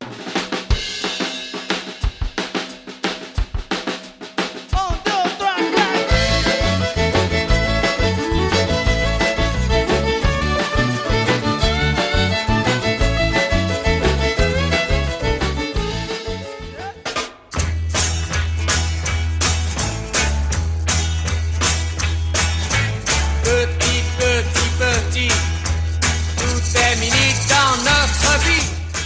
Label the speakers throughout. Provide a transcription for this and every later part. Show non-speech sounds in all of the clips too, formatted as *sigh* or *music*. Speaker 1: Oh,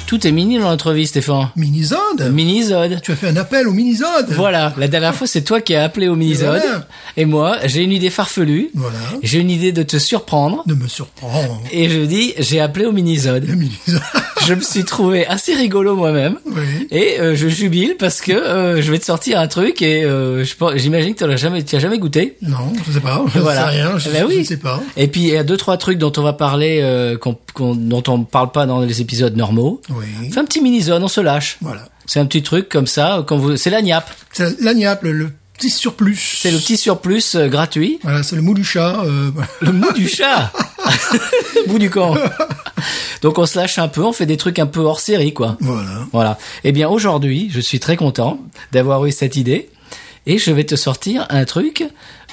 Speaker 2: Tout est mini dans notre vie, Stéphane.
Speaker 3: Minisode
Speaker 2: Minisode.
Speaker 3: Tu as fait un appel au Minisode
Speaker 2: Voilà, la dernière fois, c'est toi qui as appelé au Minisode.
Speaker 3: Voilà.
Speaker 2: Et moi, j'ai une idée farfelue.
Speaker 3: Voilà.
Speaker 2: J'ai une idée de te surprendre.
Speaker 3: Ne me surprends.
Speaker 2: Et je dis, j'ai appelé au Minisode.
Speaker 3: Le Minisode.
Speaker 2: je me suis trouvé assez rigolo moi-même.
Speaker 3: *laughs* Oui.
Speaker 2: Et euh, je jubile parce que euh, je vais te sortir un truc et euh, je pense- j'imagine que tu l'as jamais, tu as jamais goûté.
Speaker 3: Non, je sais pas. Je
Speaker 2: Voilà.
Speaker 3: sais rien. Je,
Speaker 2: Eh ben
Speaker 3: je
Speaker 2: oui.
Speaker 3: ne sais pas.
Speaker 2: Et puis il y a deux trois trucs dont on va parler, euh, qu'on- qu'on- dont on parle pas dans les épisodes normaux.
Speaker 3: Oui.
Speaker 2: Fais un petit mini zone, on se lâche.
Speaker 3: Voilà.
Speaker 2: C'est un petit truc comme ça. Quand vous, c'est la niappe.
Speaker 3: C'est l'agnape, le, le petit surplus.
Speaker 2: C'est le petit surplus euh, gratuit.
Speaker 3: Voilà, c'est le mou du chat. euh,
Speaker 2: Le mou du chat. *laughs* mou du camp. Donc on se lâche un peu, on fait des trucs un peu hors série quoi.
Speaker 3: *laughs* voilà.
Speaker 2: Voilà. Eh bien, aujourd'hui, je suis très content d'avoir eu cette idée. Et je vais te sortir un truc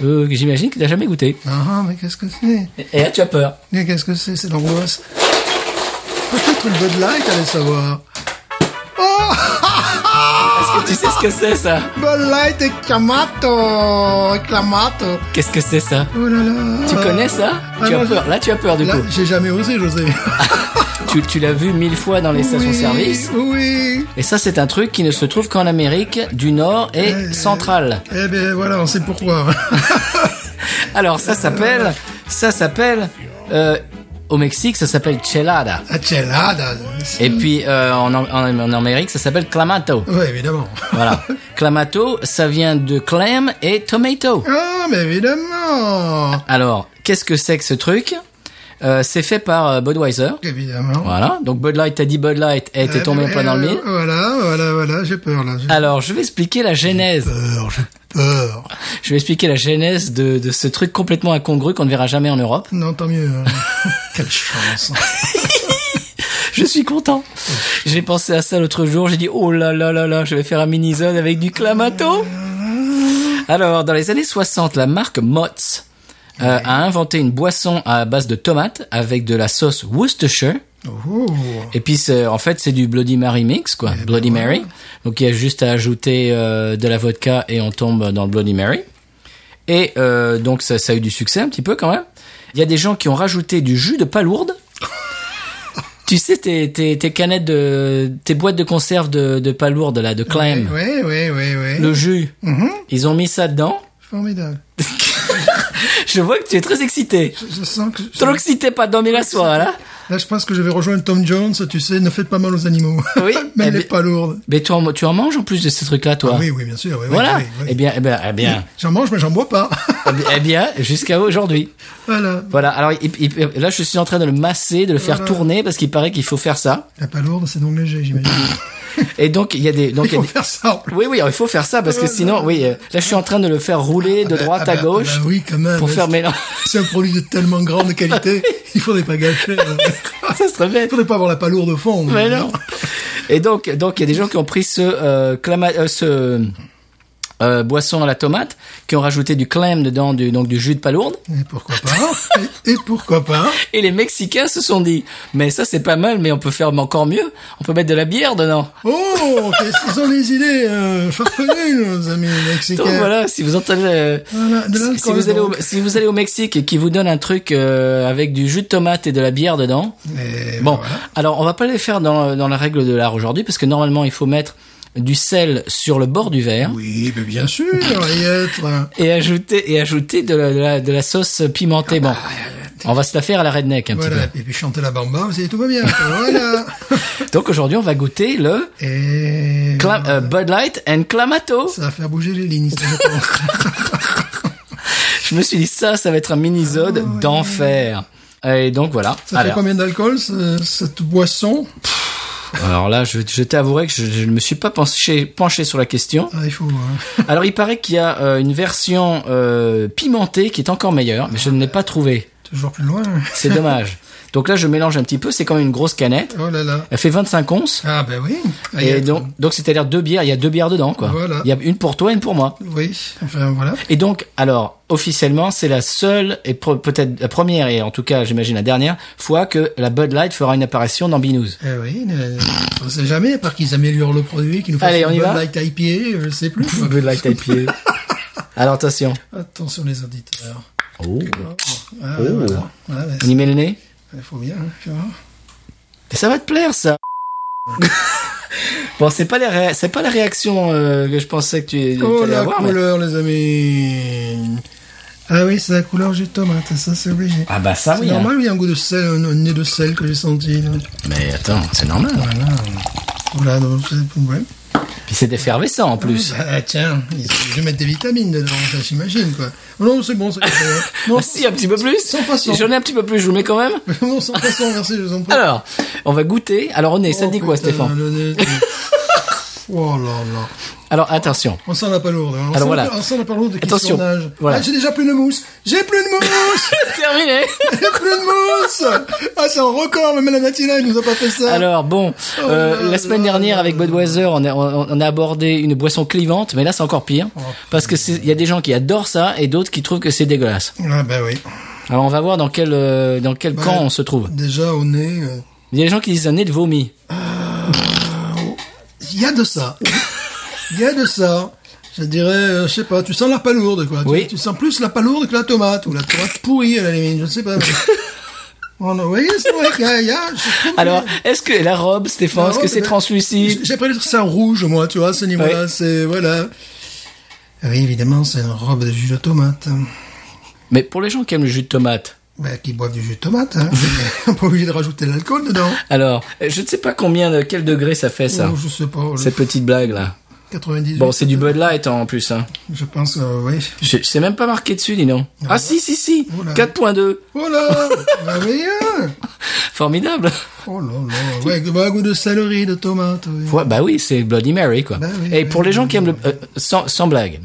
Speaker 2: euh, que j'imagine que tu n'as jamais goûté.
Speaker 3: Ah, ah, mais qu'est-ce que c'est
Speaker 2: Et là, tu as peur.
Speaker 3: Mais qu'est-ce que c'est C'est l'angoisse. Peut-être une Bud Light, allez savoir.
Speaker 2: Est-ce que tu sais ce que c'est, ça
Speaker 3: Bud Light et Clamato Clamato
Speaker 2: Qu'est-ce que c'est, ça
Speaker 3: Oh là là
Speaker 2: Tu connais ça
Speaker 3: Ah,
Speaker 2: Tu as
Speaker 3: non,
Speaker 2: peur.
Speaker 3: je-
Speaker 2: Là, tu as peur, du
Speaker 3: Là,
Speaker 2: coup.
Speaker 3: j'ai jamais osé, José.
Speaker 2: Tu, tu l'as vu mille fois dans les stations-service.
Speaker 3: Oui, oui.
Speaker 2: Et ça, c'est un truc qui ne se trouve qu'en Amérique du Nord et centrale.
Speaker 3: Eh ben voilà, on sait pourquoi. *laughs*
Speaker 2: Alors, ça s'appelle... Ça s'appelle... euh, au Mexique, ça s'appelle chelada.
Speaker 3: Achelada.
Speaker 2: Et puis, euh, en, en, en Amérique, ça s'appelle clamato.
Speaker 3: Oui, évidemment.
Speaker 2: Voilà. Clamato, ça vient de clam et tomato.
Speaker 3: Ah, mais évidemment.
Speaker 2: Alors, qu'est-ce que c'est que ce truc Euh, C'est fait par euh, Budweiser.
Speaker 3: Évidemment.
Speaker 2: Voilà. Donc Bud Light, t'as dit Bud Light, et t'es
Speaker 3: Eh
Speaker 2: tombé
Speaker 3: ben,
Speaker 2: pas dans le
Speaker 3: euh,
Speaker 2: mille. Ah.
Speaker 3: Voilà, voilà, voilà, j'ai peur là. J'ai
Speaker 2: Alors, je vais expliquer la genèse.
Speaker 3: peur, j'ai peur.
Speaker 2: Je vais expliquer la genèse de, de ce truc complètement incongru qu'on ne verra jamais en Europe.
Speaker 3: Non, tant
Speaker 2: *laughs*
Speaker 3: mieux. hein. Quelle chance.
Speaker 2: Je suis content. J'ai pensé à ça l'autre jour. J'ai dit, oh là là là là, je vais faire un mini-zone avec du clamato. Alors, dans les années 60, la marque Mott's euh, a inventé une boisson à base de tomates avec de la sauce Worcestershire.
Speaker 3: Oh.
Speaker 2: Et puis, c'est- en fait, c'est du Bloody Mary mix, quoi.
Speaker 3: Eh ben
Speaker 2: Bloody Mary. Donc, il y a juste à ajouter euh, de la vodka et on tombe dans le Bloody Mary. Et euh, donc, ça, ça a eu du succès un petit peu quand même. Il y a des gens qui ont rajouté du jus de
Speaker 3: *laughs*
Speaker 2: palourde. tu sais, tes, tes, tes canettes de. tes boîtes de conserve de, de palourde, là, de clam.
Speaker 3: Oui, oui, oui, oui. Mhm,
Speaker 2: Le jus. Ils ont mis ça dedans. *laughs*
Speaker 3: Formidable.
Speaker 2: Je vois que tu es très excité.
Speaker 3: Je, je sens que...
Speaker 2: Trop excité, pas dormir la soirée, là.
Speaker 3: Là, je pense que je vais rejoindre Tom Jones. Tu sais, ne faites pas mal aux animaux.
Speaker 2: Oui. Eh
Speaker 3: *laughs* Même les
Speaker 2: bien-
Speaker 3: pas lourdes.
Speaker 2: Mais toi, tu en manges en plus de ces trucs-là, toi.
Speaker 3: Ah Oui, oui, bien sûr. Oui, oui,
Speaker 2: Voilà.
Speaker 3: oui, oui.
Speaker 2: Eh bien, eh bien, eh bien.
Speaker 3: *laughs* J'en mange, mais j'en bois pas.
Speaker 2: Eh bien- Eh bien, jusqu'à aujourd'hui.
Speaker 3: voilà.
Speaker 2: Voilà. Alors, il- il- là, je suis en train de le masser, de le faire tourner, parce qu'il paraît qu'il faut faire ça.
Speaker 3: La palourde, c'est donc léger, j'imagine.
Speaker 2: *laughs* Et donc, il y a des, donc,
Speaker 3: Il
Speaker 2: il y a
Speaker 3: faut
Speaker 2: des-
Speaker 3: faire ça. en plus.
Speaker 2: oui, oui, alors, il faut faire ça, parce que
Speaker 3: Voilà.
Speaker 2: sinon, oui, euh, là, je suis en train de le faire rouler de
Speaker 3: Ah bah,
Speaker 2: droite
Speaker 3: ah
Speaker 2: à
Speaker 3: bah,
Speaker 2: gauche.
Speaker 3: ah bah oui, quand même.
Speaker 2: Pour faire mélange.
Speaker 3: *laughs* C'est un produit de tellement grande
Speaker 2: *laughs*
Speaker 3: qualité, il faudrait pas gâcher. hein.
Speaker 2: ça serait
Speaker 3: Il
Speaker 2: bête.
Speaker 3: faudrait pas avoir la palourde au fond. hein.
Speaker 2: Mais non. Et donc, donc, il y a des gens qui ont pris ce, euh, clama- euh, ce, euh, boisson à la tomate, qui ont rajouté du clam dedans, du, donc du jus de palourde.
Speaker 3: Et pourquoi pas hein. et, et pourquoi pas hein.
Speaker 2: Et les Mexicains se sont dit, mais ça c'est pas mal, mais on peut faire encore mieux. On peut mettre de la bière dedans.
Speaker 3: Oh, qu'est-ce qu'ils ont des idées euh, farfelues, nos amis mexicains.
Speaker 2: Donc voilà, si vous entendez, euh,
Speaker 3: Voilà, de
Speaker 2: si,
Speaker 3: l'alcool,
Speaker 2: si vous allez au,
Speaker 3: donc.
Speaker 2: si vous allez au Mexique et qu'ils vous donne un truc euh, avec du jus de tomate et de la bière dedans. Bon,
Speaker 3: Et Eh ben voilà.
Speaker 2: alors on va pas les faire dans, dans la règle de l'art aujourd'hui parce que normalement il faut mettre du sel sur le bord du verre
Speaker 3: Oui, mais bien sûr, y être.
Speaker 2: et ajouter et ajouter de la, de la, de la sauce
Speaker 3: Ah
Speaker 2: pimentée. Bon, on va se la faire à la redneck un
Speaker 3: bah, Voilà,
Speaker 2: petit
Speaker 3: et puis chanter la bamba aussi, tout va bien.
Speaker 2: *laughs*
Speaker 3: voilà.
Speaker 2: peu. Donc aujourd'hui on va goûter le
Speaker 3: Et
Speaker 2: Clam- euh, Bud Light and Clamato.
Speaker 3: ça va faire bouger les lignes. ça, je pense.
Speaker 2: Je me suis dit ça, ça va être un mini-zode d'enfer. Et donc voilà.
Speaker 3: Ah ça fait
Speaker 2: Alors,
Speaker 3: combien d'alcool, ce- cette boisson
Speaker 2: alors là, je, je t'avouerai que je, je ne me suis pas penché, penché sur la
Speaker 3: *laughs*
Speaker 2: question.
Speaker 3: Ah, il faut. hein.
Speaker 2: Alors il paraît qu'il y a euh, une version euh, pimentée qui est encore meilleure, mais je ne l'ai pas trouvée.
Speaker 3: Toujours plus loin.
Speaker 2: C'est
Speaker 3: *laughs*
Speaker 2: dommage. Donc là, je mélange un petit peu. C'est quand même une grosse canette.
Speaker 3: Oh là là.
Speaker 2: Elle fait 25 onces.
Speaker 3: Ah ben oui. Ah, y a-
Speaker 2: Et donc, donc c'est-à-dire deux bières. Il y a deux bières dedans, quoi.
Speaker 3: Voilà.
Speaker 2: Il y a une pour toi, une pour moi.
Speaker 3: Oui, enfin voilà.
Speaker 2: Et donc, alors, officiellement, c'est la seule et pro- peut-être la première et en tout cas, j'imagine la dernière fois que la Bud Light fera une apparition dans Binous.
Speaker 3: Eh oui, euh, on sait jamais, à part qu'ils améliorent le produit, qu'ils nous fassent
Speaker 2: Allez, on
Speaker 3: une
Speaker 2: y
Speaker 3: bonne
Speaker 2: va
Speaker 3: light IPA, je sais plus.
Speaker 2: *laughs* Bud Light IPA. alors, attention.
Speaker 3: Attention les auditeurs.
Speaker 2: Oh.
Speaker 3: Ah, ouais, voilà. Ouais, ouais,
Speaker 2: On y met le nez.
Speaker 3: c'est- faut bien, hein, tu vois.
Speaker 2: Mais ça va te plaire, ça. Bon, c'est pas les ré- c'est pas la réaction euh, que je pensais que tu
Speaker 3: Oh
Speaker 2: allais
Speaker 3: la
Speaker 2: avoir. mais-
Speaker 3: couleur, les amis. Ah oui, c'est la couleur du tomate, ça c'est obligé.
Speaker 2: Ah bah ça
Speaker 3: c'est
Speaker 2: oui. hein.
Speaker 3: normal, oui, il y a un goût de sel, un, un nez de sel que j'ai senti. Là.
Speaker 2: Mais attends, c'est normal.
Speaker 3: Voilà. Voilà, donc c'est le problème.
Speaker 2: Puis c'est effervescent en plus.
Speaker 3: Ah, tiens, ils ils mettent des vitamines dedans, ça j'imagine quoi. Non, c'est bon, c'est
Speaker 2: *laughs*
Speaker 3: bon.
Speaker 2: Ah, si, un petit peu plus.
Speaker 3: bah, Sans façon.
Speaker 2: J'en ai un petit peu plus, je vous mets quand même.
Speaker 3: *laughs* Non, sans façon, merci, je vous en prie.
Speaker 2: Alors, on va goûter. Alors, on est, ça te dit quoi,
Speaker 3: Oh, putain,
Speaker 2: Stéphane
Speaker 3: le nez,
Speaker 2: *laughs*
Speaker 3: le- Oh là là.
Speaker 2: Alors, attention.
Speaker 3: On sent la palourde. hein. On sent
Speaker 2: voilà.
Speaker 3: la- On sent la palourde qui
Speaker 2: Attention.
Speaker 3: surnage.
Speaker 2: Voilà.
Speaker 3: Ah, j'ai déjà plus de mousse. J'ai plus
Speaker 2: *laughs*
Speaker 3: de mousse.
Speaker 2: Terminé
Speaker 3: j'ai plus de mousse. Ah, c'est un record. Même la Natina, il nous a pas fait ça.
Speaker 2: Alors, bon, euh,
Speaker 3: Oh là
Speaker 2: la semaine
Speaker 3: là
Speaker 2: dernière,
Speaker 3: là
Speaker 2: avec
Speaker 3: là.
Speaker 2: Budweiser, on a, on, on a abordé une boisson clivante, mais là, c'est encore pire.
Speaker 3: Oh,
Speaker 2: Parce que c'est- il y a des gens qui adorent ça et d'autres qui trouvent que c'est dégueulasse.
Speaker 3: Ah, bah oui.
Speaker 2: Alors, on va voir dans quel, euh, dans
Speaker 3: Bah,
Speaker 2: quel camp on se trouve.
Speaker 3: Déjà, au nez. euh,
Speaker 2: Il y a des gens qui disent un nez de vomi.
Speaker 3: Il y a de ça. Il y a de ça. Je dirais, euh, je sais pas, tu sens la palourde, quoi. Tu-
Speaker 2: Oui.
Speaker 3: Tu, sens plus la palourde que la tomate, ou la tomate pourrie, à la limite, je
Speaker 2: *laughs*
Speaker 3: sais pas. mais- Oh non, vous voyez, c'est vrai qu'il y a, il y a- je trouve que-
Speaker 2: Alors, est-ce que la robe, Stéphane,
Speaker 3: La
Speaker 2: est-ce que
Speaker 3: robe,
Speaker 2: c'est
Speaker 3: ben,
Speaker 2: translucide
Speaker 3: J'ai appris ça rouge, moi, tu vois, à ce niveau-là, c'est, voilà. Ah Oui, évidemment, c'est une robe de jus de tomate. hein.
Speaker 2: Mais pour les gens qui aiment le jus de tomate,
Speaker 3: Ben, qui boivent du jus de tomate, hein. *laughs* On est pas obligé de rajouter de l'alcool dedans.
Speaker 2: alors, euh, je ne sais pas combien, de quel degré ça fait, ça.
Speaker 3: Ou je sais pas, le
Speaker 2: Cette petite blague, là.
Speaker 3: 98.
Speaker 2: Bon, c'est du Bud Light, hein, en plus, hein.
Speaker 3: Je pense, euh, oui.
Speaker 2: Je, je sais même pas marqué dessus, dis donc. Ah si, si, si
Speaker 3: Oula.
Speaker 2: 4.2 *laughs*
Speaker 3: Voilà! ben, oui, hein. *laughs*
Speaker 2: Formidable
Speaker 3: Oh là là, ouais, que- bah, un goût de céleri, de tomate. oui.
Speaker 2: Ouais, Bah oui, c'est Bloody Mary, quoi.
Speaker 3: Bah oui,
Speaker 2: Et
Speaker 3: oui,
Speaker 2: pour les
Speaker 3: oui,
Speaker 2: gens
Speaker 3: oui.
Speaker 2: qui aiment le... euh, sans, sans blague,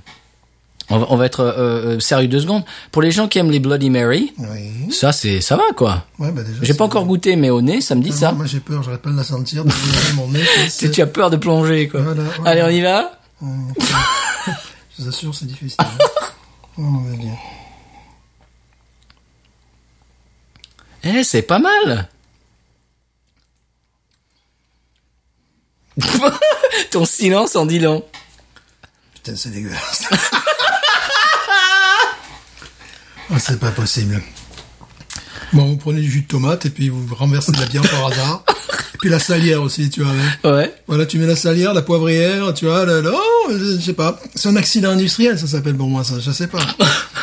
Speaker 2: on va, on va être euh, euh, sérieux deux secondes. Pour les gens qui aiment les Bloody Mary,
Speaker 3: Oui.
Speaker 2: ça, c'est ça va, quoi.
Speaker 3: Ouais, bah déjà.
Speaker 2: J'ai
Speaker 3: c'est-
Speaker 2: pas encore goûté, mais au nez, ça me dit ça.
Speaker 3: Moi j'ai peur, j'arrête pas de la sentir, de brûler mon nez. tu
Speaker 2: *laughs*
Speaker 3: sais,
Speaker 2: Tu,
Speaker 3: c'est-
Speaker 2: tu as peur de plonger, quoi.
Speaker 3: Voilà, voilà.
Speaker 2: Allez, on y va
Speaker 3: *laughs* Je vous assure, c'est difficile. hein. oh mon dieu.
Speaker 2: Eh, c'est pas mal *laughs* Ton silence en dit long.
Speaker 3: Putain, c'est dégueulasse. *laughs* oh, c'est pas possible. Bon, vous prenez du jus de tomate et puis vous renversez de la bière par hasard. Et puis la salière aussi, tu vois. hein.
Speaker 2: Ouais.
Speaker 3: Voilà, tu mets la salière, la poivrière, tu vois, le, le- oh, je, je sais pas. C'est un accident industriel, ça s'appelle pour moi, ça, je sais
Speaker 2: *laughs*
Speaker 3: pas.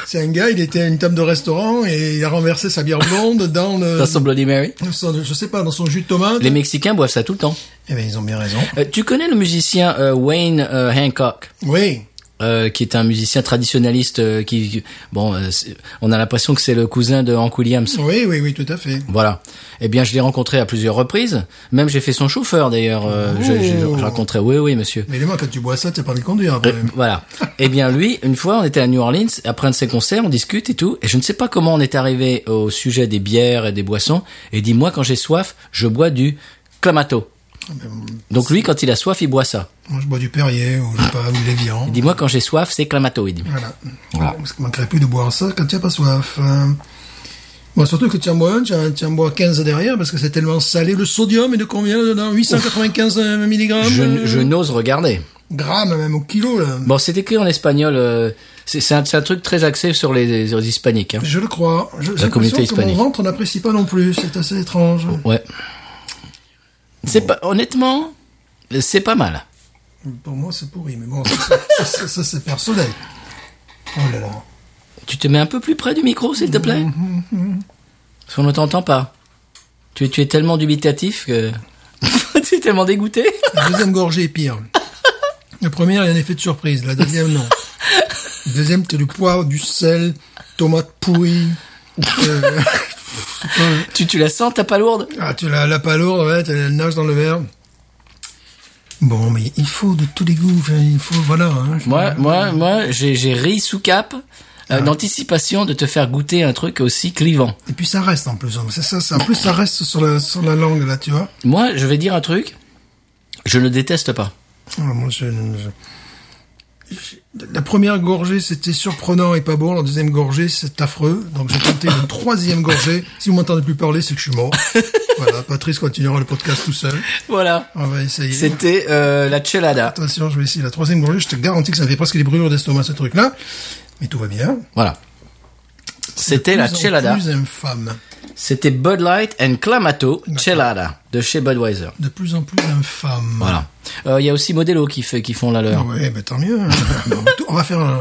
Speaker 3: C'est un gars, il était à une table de restaurant et il a renversé sa bière blonde dans le,
Speaker 2: Dans son Bloody Mary.
Speaker 3: son- je sais pas, dans son jus de tomate.
Speaker 2: Les Mexicains boivent ça tout le temps.
Speaker 3: Eh ben, ils ont bien raison.
Speaker 2: Euh, tu connais le musicien euh, Wayne euh, Hancock
Speaker 3: Oui.
Speaker 2: euh, qui est un musicien traditionnaliste euh, qui qui- bon euh, c'est- on a l'impression que c'est le cousin de Hank Williams
Speaker 3: Oui, oui, oui, tout à fait.
Speaker 2: voilà eh bien je l'ai rencontré à plusieurs reprises même j'ai fait son chauffeur d'ailleurs euh, je, je,
Speaker 3: Oh.
Speaker 2: je rencontrais oui oui monsieur
Speaker 3: Mais évidemment, quand tu bois ça, t'as pas envie de conduire, après.
Speaker 2: voilà. Eh bien, lui, une fois, on était à New Orleans, après un de ses concerts, on discute et tout, et je ne sais pas comment on est arrivé au sujet des bières et des boissons, et il dit, moi, quand j'ai soif, je bois du clamato. Donc lui, quand il a soif, il boit ça.
Speaker 3: Ah ben, Moi, je bois du Perrier, ou je sais pas, ou de l'Évian.
Speaker 2: Il dit, moi, quand j'ai soif, c'est clamato, il dit.
Speaker 3: Voilà. Parce qu'il manquerait plus de boire ça quand tu n'as pas soif. hein. Bon, surtout que tu en bois un, tu en, tu en bois 15 derrière parce que c'est tellement salé. Le sodium est de combien dedans 895 mg
Speaker 2: Je, je n'ose regarder.
Speaker 3: euh, Grammes même, au kilo là.
Speaker 2: Bon, c'est écrit en espagnol, euh, c'est c'est un, c'est un truc très axé sur les, les hispaniques. hein.
Speaker 3: Je le crois. Je, j'ai
Speaker 2: communauté
Speaker 3: l'impression que mon
Speaker 2: hispanique.
Speaker 3: ventre n'apprécie pas non plus. C'est assez étrange.
Speaker 2: Ouais. C'est pas, honnêtement, c'est pas mal.
Speaker 3: Pour moi, c'est pourri, mais bon, ça, ça, ça, ça, c'est personnel. Oh là là.
Speaker 2: Tu te mets un peu plus près du micro, s'il te plaît Mm-hmm. Parce qu'on ne t'entend pas. Tu, tu es tellement dubitatif que... *laughs* tu es tellement dégoûté.
Speaker 3: La deuxième gorgée est pire. La première, il y a un effet de surprise. La deuxième, non. La deuxième, t'as du poivre, du sel, tomate pourrie. euh,
Speaker 2: tu, tu la sens, t'as pas lourde
Speaker 3: ah, tu la, la palourde, ouais, t'as- elle nage dans le verre. Bon, mais il faut de tous les goûts. enfin, Il faut, voilà. hein.
Speaker 2: Moi, moi, moi, j'ai j'ai ri sous cap euh, d'anticipation de te faire goûter un truc aussi clivant.
Speaker 3: Et puis ça reste en plus. hein. C'est ça, ça- En plus, ça reste sur la, sur la langue, là, tu vois.
Speaker 2: Moi, je vais dire un truc, je ne déteste pas.
Speaker 3: Ah, moi, je- je- je- La première gorgée, c'était surprenant et pas bon. La deuxième gorgée, c'est affreux. Donc j'ai tenté une troisième gorgée. Si vous m'entendez plus parler, c'est que je
Speaker 2: *laughs*
Speaker 3: suis mort. voilà, Patrice continuera le podcast tout seul.
Speaker 2: Voilà.
Speaker 3: On va essayer.
Speaker 2: C'était euh, la chelada.
Speaker 3: Attention, je vais essayer la troisième gorgée. Je te garantis que ça fait presque des brûlures d'estomac, ce truc-là. Mais tout va bien.
Speaker 2: Voilà. C'était la
Speaker 3: plus en
Speaker 2: chelada.
Speaker 3: Plus infâme.
Speaker 2: C'était Bud Light and Clamato Chelada de chez Budweiser.
Speaker 3: De plus en plus infâme.
Speaker 2: Voilà. Euh, Il y a aussi Modelo qui, fait, qui font la leur.
Speaker 3: Ah ouais, bah, tant mieux. on, va tout- on va faire, euh,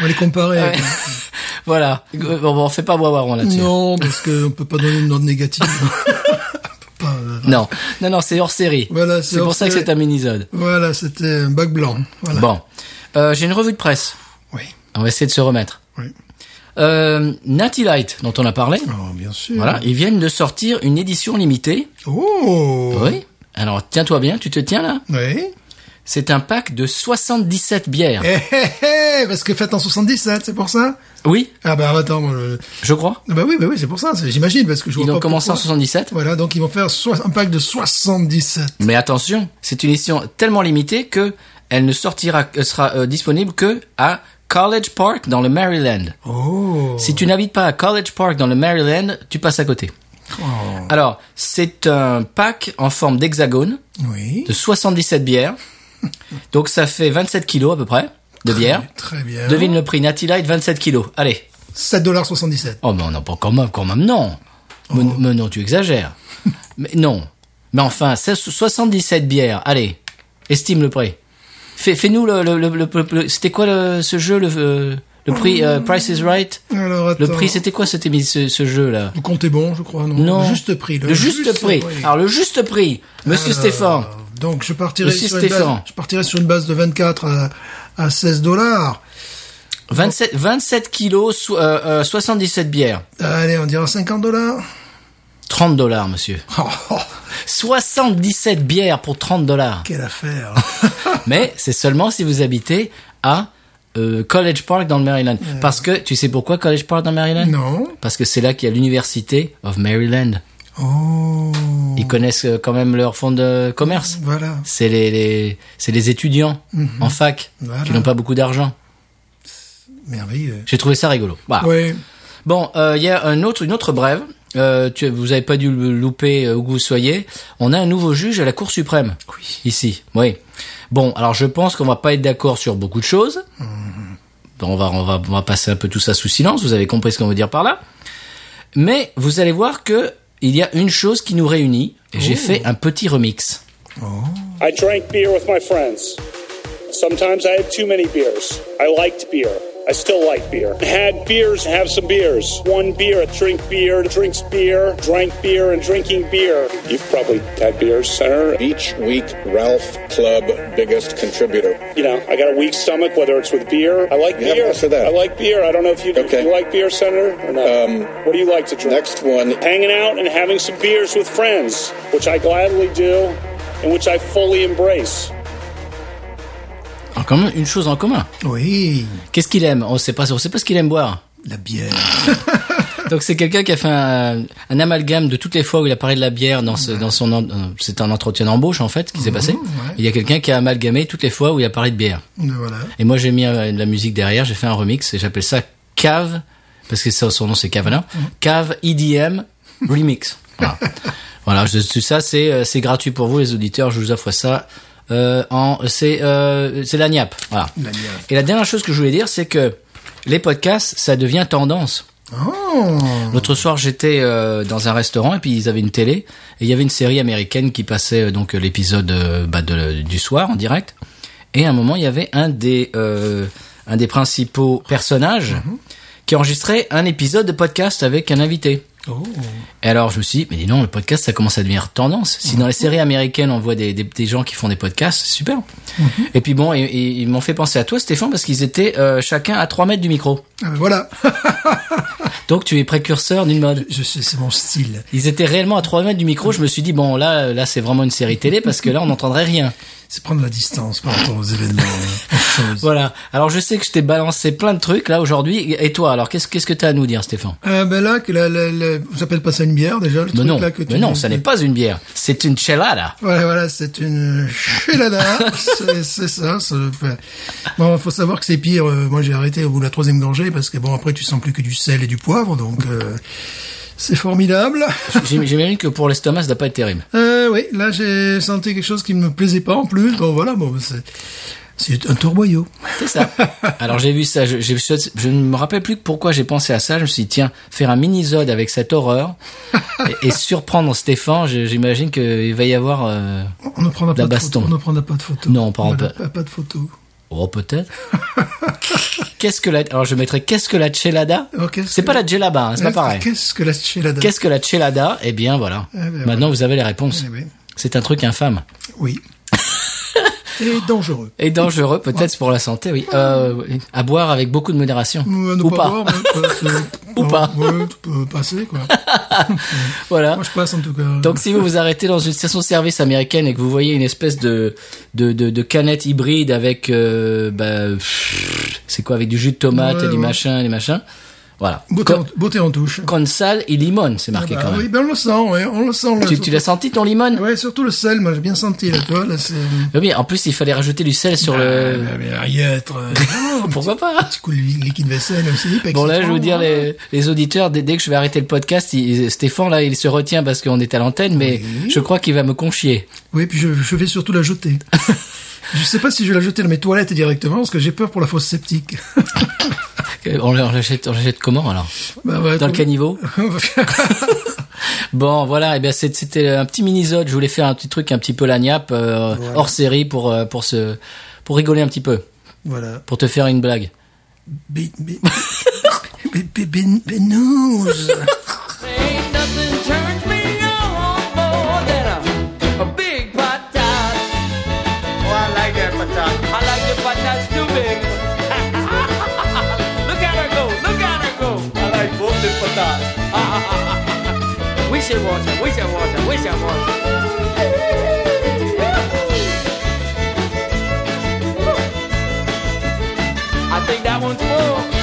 Speaker 3: on va les comparer. avec-
Speaker 2: Ouais. *laughs* voilà. Euh, Bon, bon, on fait pas Wawaron là-dessus.
Speaker 3: Non, parce qu'on peut pas donner de
Speaker 2: *laughs*
Speaker 3: note négative. On peut pas, euh,
Speaker 2: Non, non, non, c'est hors série.
Speaker 3: Voilà, c'est
Speaker 2: c'est pour
Speaker 3: hors
Speaker 2: ça que
Speaker 3: série.
Speaker 2: c'est un mini-zode.
Speaker 3: Voilà, c'était un bac blanc. Voilà.
Speaker 2: Bon, Euh, j'ai une revue de presse.
Speaker 3: Oui,
Speaker 2: On va essayer de se remettre.
Speaker 3: oui.
Speaker 2: Euh, Natty Light, dont on a parlé.
Speaker 3: Alors, bien sûr.
Speaker 2: Voilà, ils viennent de sortir une édition limitée.
Speaker 3: Oh
Speaker 2: Oui. Alors tiens-toi bien, tu te tiens là.
Speaker 3: Oui.
Speaker 2: C'est un pack de 77 bières.
Speaker 3: Eh, eh, eh, parce que faites en 77, c'est pour ça
Speaker 2: Oui,
Speaker 3: Ah bah attends, moi, je-
Speaker 2: je crois.
Speaker 3: Ah bah oui, bah oui, c'est pour ça, c'est- j'imagine, parce que je vois
Speaker 2: Ils
Speaker 3: pas
Speaker 2: ont commencé en
Speaker 3: pourquoi.
Speaker 2: 77.
Speaker 3: Voilà, donc ils vont faire soi- un pack de 77.
Speaker 2: Mais attention, c'est une édition tellement limitée que elle ne sortira, euh, sera euh, disponible que à College Park dans le Maryland.
Speaker 3: Oh
Speaker 2: Si tu n'habites pas à College Park dans le Maryland, tu passes à côté.
Speaker 3: Oh.
Speaker 2: Alors, c'est un pack en forme d'hexagone
Speaker 3: Oui.
Speaker 2: de 77
Speaker 3: *laughs*
Speaker 2: bières. Donc ça fait 27 kilos à peu près de bière.
Speaker 3: Très bien.
Speaker 2: Devine le prix, Natty Light, 27 kilos. Allez.
Speaker 3: 7,77$.
Speaker 2: Oh, mais on n'a pas quand même, quand même, non. Mais,
Speaker 3: Oh.
Speaker 2: mais non, tu
Speaker 3: *laughs*
Speaker 2: exagères. mais non. Mais enfin, 16 77 bières, allez, estime le prix. Fais, fais-nous le, le, le, le- le- c'était quoi le- ce jeu, le, euh, le prix, euh, Price is Right?
Speaker 3: Alors attends.
Speaker 2: Le prix, c'était quoi cette émi- ce, ce jeu-là?
Speaker 3: Le compte est bon, je crois, non
Speaker 2: Non.
Speaker 3: Le juste Euh. prix.
Speaker 2: Le, juste, prix. Ah, Alors, le juste prix. Monsieur
Speaker 3: Alors,
Speaker 2: Stéphane.
Speaker 3: Donc je partirai,
Speaker 2: Monsieur
Speaker 3: sur une base,
Speaker 2: Stéphane.
Speaker 3: je partirai sur une base de 24 à, à 16 dollars.
Speaker 2: 27, 27 kilos, so- euh, euh, 77 bières.
Speaker 3: Euh, Allez, on dira 50 dollars. *laughs*
Speaker 2: 30 dollars, monsieur.
Speaker 3: Oh, oh,
Speaker 2: 77 bières pour 30 dollars. *laughs*
Speaker 3: quelle affaire.
Speaker 2: Mais c'est seulement si vous habitez à euh, College Park dans le Maryland. Parce que tu sais pourquoi College Park dans le Maryland
Speaker 3: non.
Speaker 2: Parce que c'est là qu'il y a l'université of Maryland.
Speaker 3: Oh.
Speaker 2: Ils connaissent euh, quand même leur fonds de commerce.
Speaker 3: Voilà.
Speaker 2: C'est les, les- c'est les étudiants en fac
Speaker 3: Mhm. Voilà.
Speaker 2: qui n'ont pas beaucoup d'argent.
Speaker 3: Merveilleux.
Speaker 2: J'ai trouvé ça rigolo. Voilà.
Speaker 3: Oui.
Speaker 2: Bon, euh, il y a un autre, une autre brève. Euh, tu, vous n'avez pas dû le louper euh, où que vous soyez. On a un nouveau juge à la Cour suprême.
Speaker 3: Oui.
Speaker 2: Ici, oui. Bon, alors je pense qu'on va pas être d'accord sur beaucoup de choses. Bon, On va, on va, on va passer un peu tout ça sous silence. Vous avez compris ce qu'on veut dire par là. Mais vous allez voir que il y a une chose qui nous réunit. Et J'ai fait un petit remix.
Speaker 4: I drank beer with my friends. Sometimes I had too many beers. I liked beer. I still like beer. Had beers, have some beers. One beer, drink beer, drinks beer, drank beer, and drinking beer. You've probably had beers, Senator.
Speaker 5: Each week, Ralph Club, biggest contributor.
Speaker 4: You know, I got a weak stomach, whether it's with beer. I like
Speaker 5: You have
Speaker 4: beer.
Speaker 5: one for that.
Speaker 4: I like beer. I don't know if you, do
Speaker 5: Okay.
Speaker 4: you like beer, Senator, or not.
Speaker 5: Um,
Speaker 4: what do you like to drink?
Speaker 5: Next one,
Speaker 4: hanging out and having some beers with friends, which I gladly do and which I fully embrace.
Speaker 2: En commun, une chose en commun.
Speaker 3: Oui.
Speaker 2: Qu'est-ce qu'il aime On sait pas, on sait pas ce qu'il aime boire.
Speaker 3: La bière.
Speaker 2: Donc c'est quelqu'un qui a fait un, un amalgame de toutes les fois où il a parlé de la bière dans, ce, dans son en- euh, c'est un entretien d'embauche en fait qui s'est passé. Il y a quelqu'un qui a amalgamé toutes les fois où il a parlé de bière.
Speaker 3: voilà.
Speaker 2: Et moi j'ai mis euh, de la musique derrière, j'ai fait un remix et j'appelle ça Cave parce que ça, son nom c'est Cavana. Cave EDM remix. Voilà. Voilà, je- tout ça c'est euh, c'est gratuit pour vous les auditeurs, je vous offre ça euh, en c'est euh, c'est la niape. Voilà.
Speaker 3: La bière.
Speaker 2: Et la dernière chose que je voulais dire c'est que les podcasts ça devient tendance.
Speaker 3: Oh.
Speaker 2: L'autre soir, j'étais euh, dans un restaurant et puis ils avaient une télé et il y avait une série américaine qui passait euh, donc euh, l'épisode euh, bah, de- du soir en direct. Et à un moment, il y avait un des euh, un des principaux personnages qui enregistrait un épisode de podcast avec un invité.
Speaker 3: Oh.
Speaker 2: Et alors, je me suis dit, mais dis non, le podcast, ça commence à devenir tendance. Si dans les séries américaines, on voit des, des, des gens qui font des podcasts, c'est super. Et puis bon, et- et ils m'ont fait penser à toi, Stéphane, parce qu'ils étaient euh, chacun à 3 mètres du micro.
Speaker 3: Ah, ben voilà. *laughs*
Speaker 2: Donc, tu es précurseur d'une mode.
Speaker 3: Je sais, c'est mon style.
Speaker 2: Ils étaient réellement à 3 mètres du micro. Je me suis dit, bon, là, là, c'est vraiment une série télé parce que là, on n'entendrait
Speaker 3: *laughs*
Speaker 2: rien.
Speaker 3: C'est prendre la distance par rapport aux événements. euh, aux choses.
Speaker 2: Voilà. Alors, je sais que je t'ai balancé plein de trucs, là, aujourd'hui. Et toi, alors, qu'est-ce, qu'est-ce que t'as à nous dire, Stéphane?
Speaker 3: Euh, ben là, que la, la, la- vous appelez pas ça une bière déjà le
Speaker 2: Mais
Speaker 3: truc
Speaker 2: non.
Speaker 3: là que tu
Speaker 2: Mais non, ça n'est pas une bière. C'est une chelada.
Speaker 3: Voilà, voilà, c'est une
Speaker 2: *laughs*
Speaker 3: chelada, c'est c'est ça. ça le fait. Bon, faut savoir que c'est pire. euh, Moi, j'ai arrêté au bout de la troisième gorgée parce que bon, après, tu sens plus que du sel et du poivre, donc euh,
Speaker 2: *laughs*
Speaker 3: c'est formidable.
Speaker 2: J'im- J'imagine que pour l'estomac, ça doit pas être terrible.
Speaker 3: Euh, oui, là, j'ai senti quelque chose qui ne me plaisait pas en plus. Bon, voilà, bon, c'est C'est un tourboyau.
Speaker 2: C'est
Speaker 3: *laughs*
Speaker 2: ça. Alors j'ai vu ça, je, je, je- je ne me rappelle plus pourquoi j'ai pensé à ça. Je me suis dit, tiens, faire un mini-zode avec cette horreur et, et surprendre Stéphane, je- j'imagine qu'il va y avoir... euh,
Speaker 3: On ne prendra
Speaker 2: La
Speaker 3: pas de
Speaker 2: baston.
Speaker 3: photo. On ne prendra pas de photo.
Speaker 2: Non, on prendra
Speaker 3: Voilà,
Speaker 2: pas.
Speaker 3: de photo.
Speaker 2: Oh,
Speaker 3: *laughs*
Speaker 2: peut-être. qu'est-ce que la... Alors je mettrai qu'est-ce que la chelada
Speaker 3: Alors, Oh, qu'est-ce
Speaker 2: C'est
Speaker 3: que-
Speaker 2: pas la djellaba, hein, c'est pas
Speaker 3: Euh,
Speaker 2: pareil.
Speaker 3: Qu'est-ce que la chelada
Speaker 2: Qu'est-ce que la chelada Eh bien voilà.
Speaker 3: Eh ben,
Speaker 2: Maintenant vous avez les réponses.
Speaker 3: Eh ben,
Speaker 2: C'est un truc infâme. *laughs*
Speaker 3: Oui. Et dangereux.
Speaker 2: Et dangereux peut-être pour la santé, oui. Euh, oui. à boire avec beaucoup de modération.
Speaker 3: Euh, ne
Speaker 2: Ou pas.
Speaker 3: boire, mais, euh, c'est-
Speaker 2: Ou
Speaker 3: ouais,
Speaker 2: pas.
Speaker 3: ouais, tu peux passer, quoi.
Speaker 2: *laughs* Voilà.
Speaker 3: Moi, je passe, en tout cas.
Speaker 2: Donc si vous vous arrêtez dans une station-service américaine et que vous voyez une espèce de de, de, de canette hybride avec euh, bah, pff, c'est quoi avec du jus de tomate
Speaker 3: Ouais,
Speaker 2: et du
Speaker 3: ouais.
Speaker 2: machin, des machins. Voilà.
Speaker 3: Beauté, en, beauté en touche.
Speaker 2: Con sal et limon, c'est marqué
Speaker 3: Ah bah
Speaker 2: quand même.
Speaker 3: oui, ben on le sent, ouais, on le sent. là,
Speaker 2: Tu, tu
Speaker 3: surtout-
Speaker 2: l'as senti ton limon Ah
Speaker 3: Ouais, surtout le sel, moi j'ai bien senti, là, tu vois, là, c'est...
Speaker 2: Oui, mais en plus il fallait rajouter du sel sur le.
Speaker 3: Ah, mais Ariette, euh, non, non,
Speaker 2: Pourquoi pas
Speaker 3: petit coup de li- liquide vaisselle aussi. pas
Speaker 2: Bon là, je
Speaker 3: excitant,
Speaker 2: veux dire
Speaker 3: voilà.
Speaker 2: les, les auditeurs, dès, dès que je vais arrêter le podcast, il- Stéphane là, il se retient parce qu'on est à l'antenne, mais je crois qu'il va me confier.
Speaker 3: Oui, puis je, je vais surtout la jeter. je sais pas si je vais la jeter dans mes toilettes directement, parce que j'ai peur pour la fosse septique.
Speaker 2: Euh, On le- on l'achète, on l'achète comment alors
Speaker 3: Bah, bah,
Speaker 2: Dans le
Speaker 3: comme-
Speaker 2: caniveau Bon, voilà, et bien c'est- c'était un petit mini-zode. Je voulais faire un petit truc un petit peu lagnappe, euh, hors série pour euh, pour se pour rigoler un petit peu,
Speaker 3: voilà.
Speaker 2: pour te faire une blague.
Speaker 3: Bé- bé- bé- bé- bé- Bénouze.
Speaker 1: Ain't nothing turns me on more than a, a big patat. Oh, I like that patat. I like the patats too big. *laughs* look at her go, look at her go. I like both the patats. *laughs* we should watch her, we should watch her, we should watch her. I think that one's full.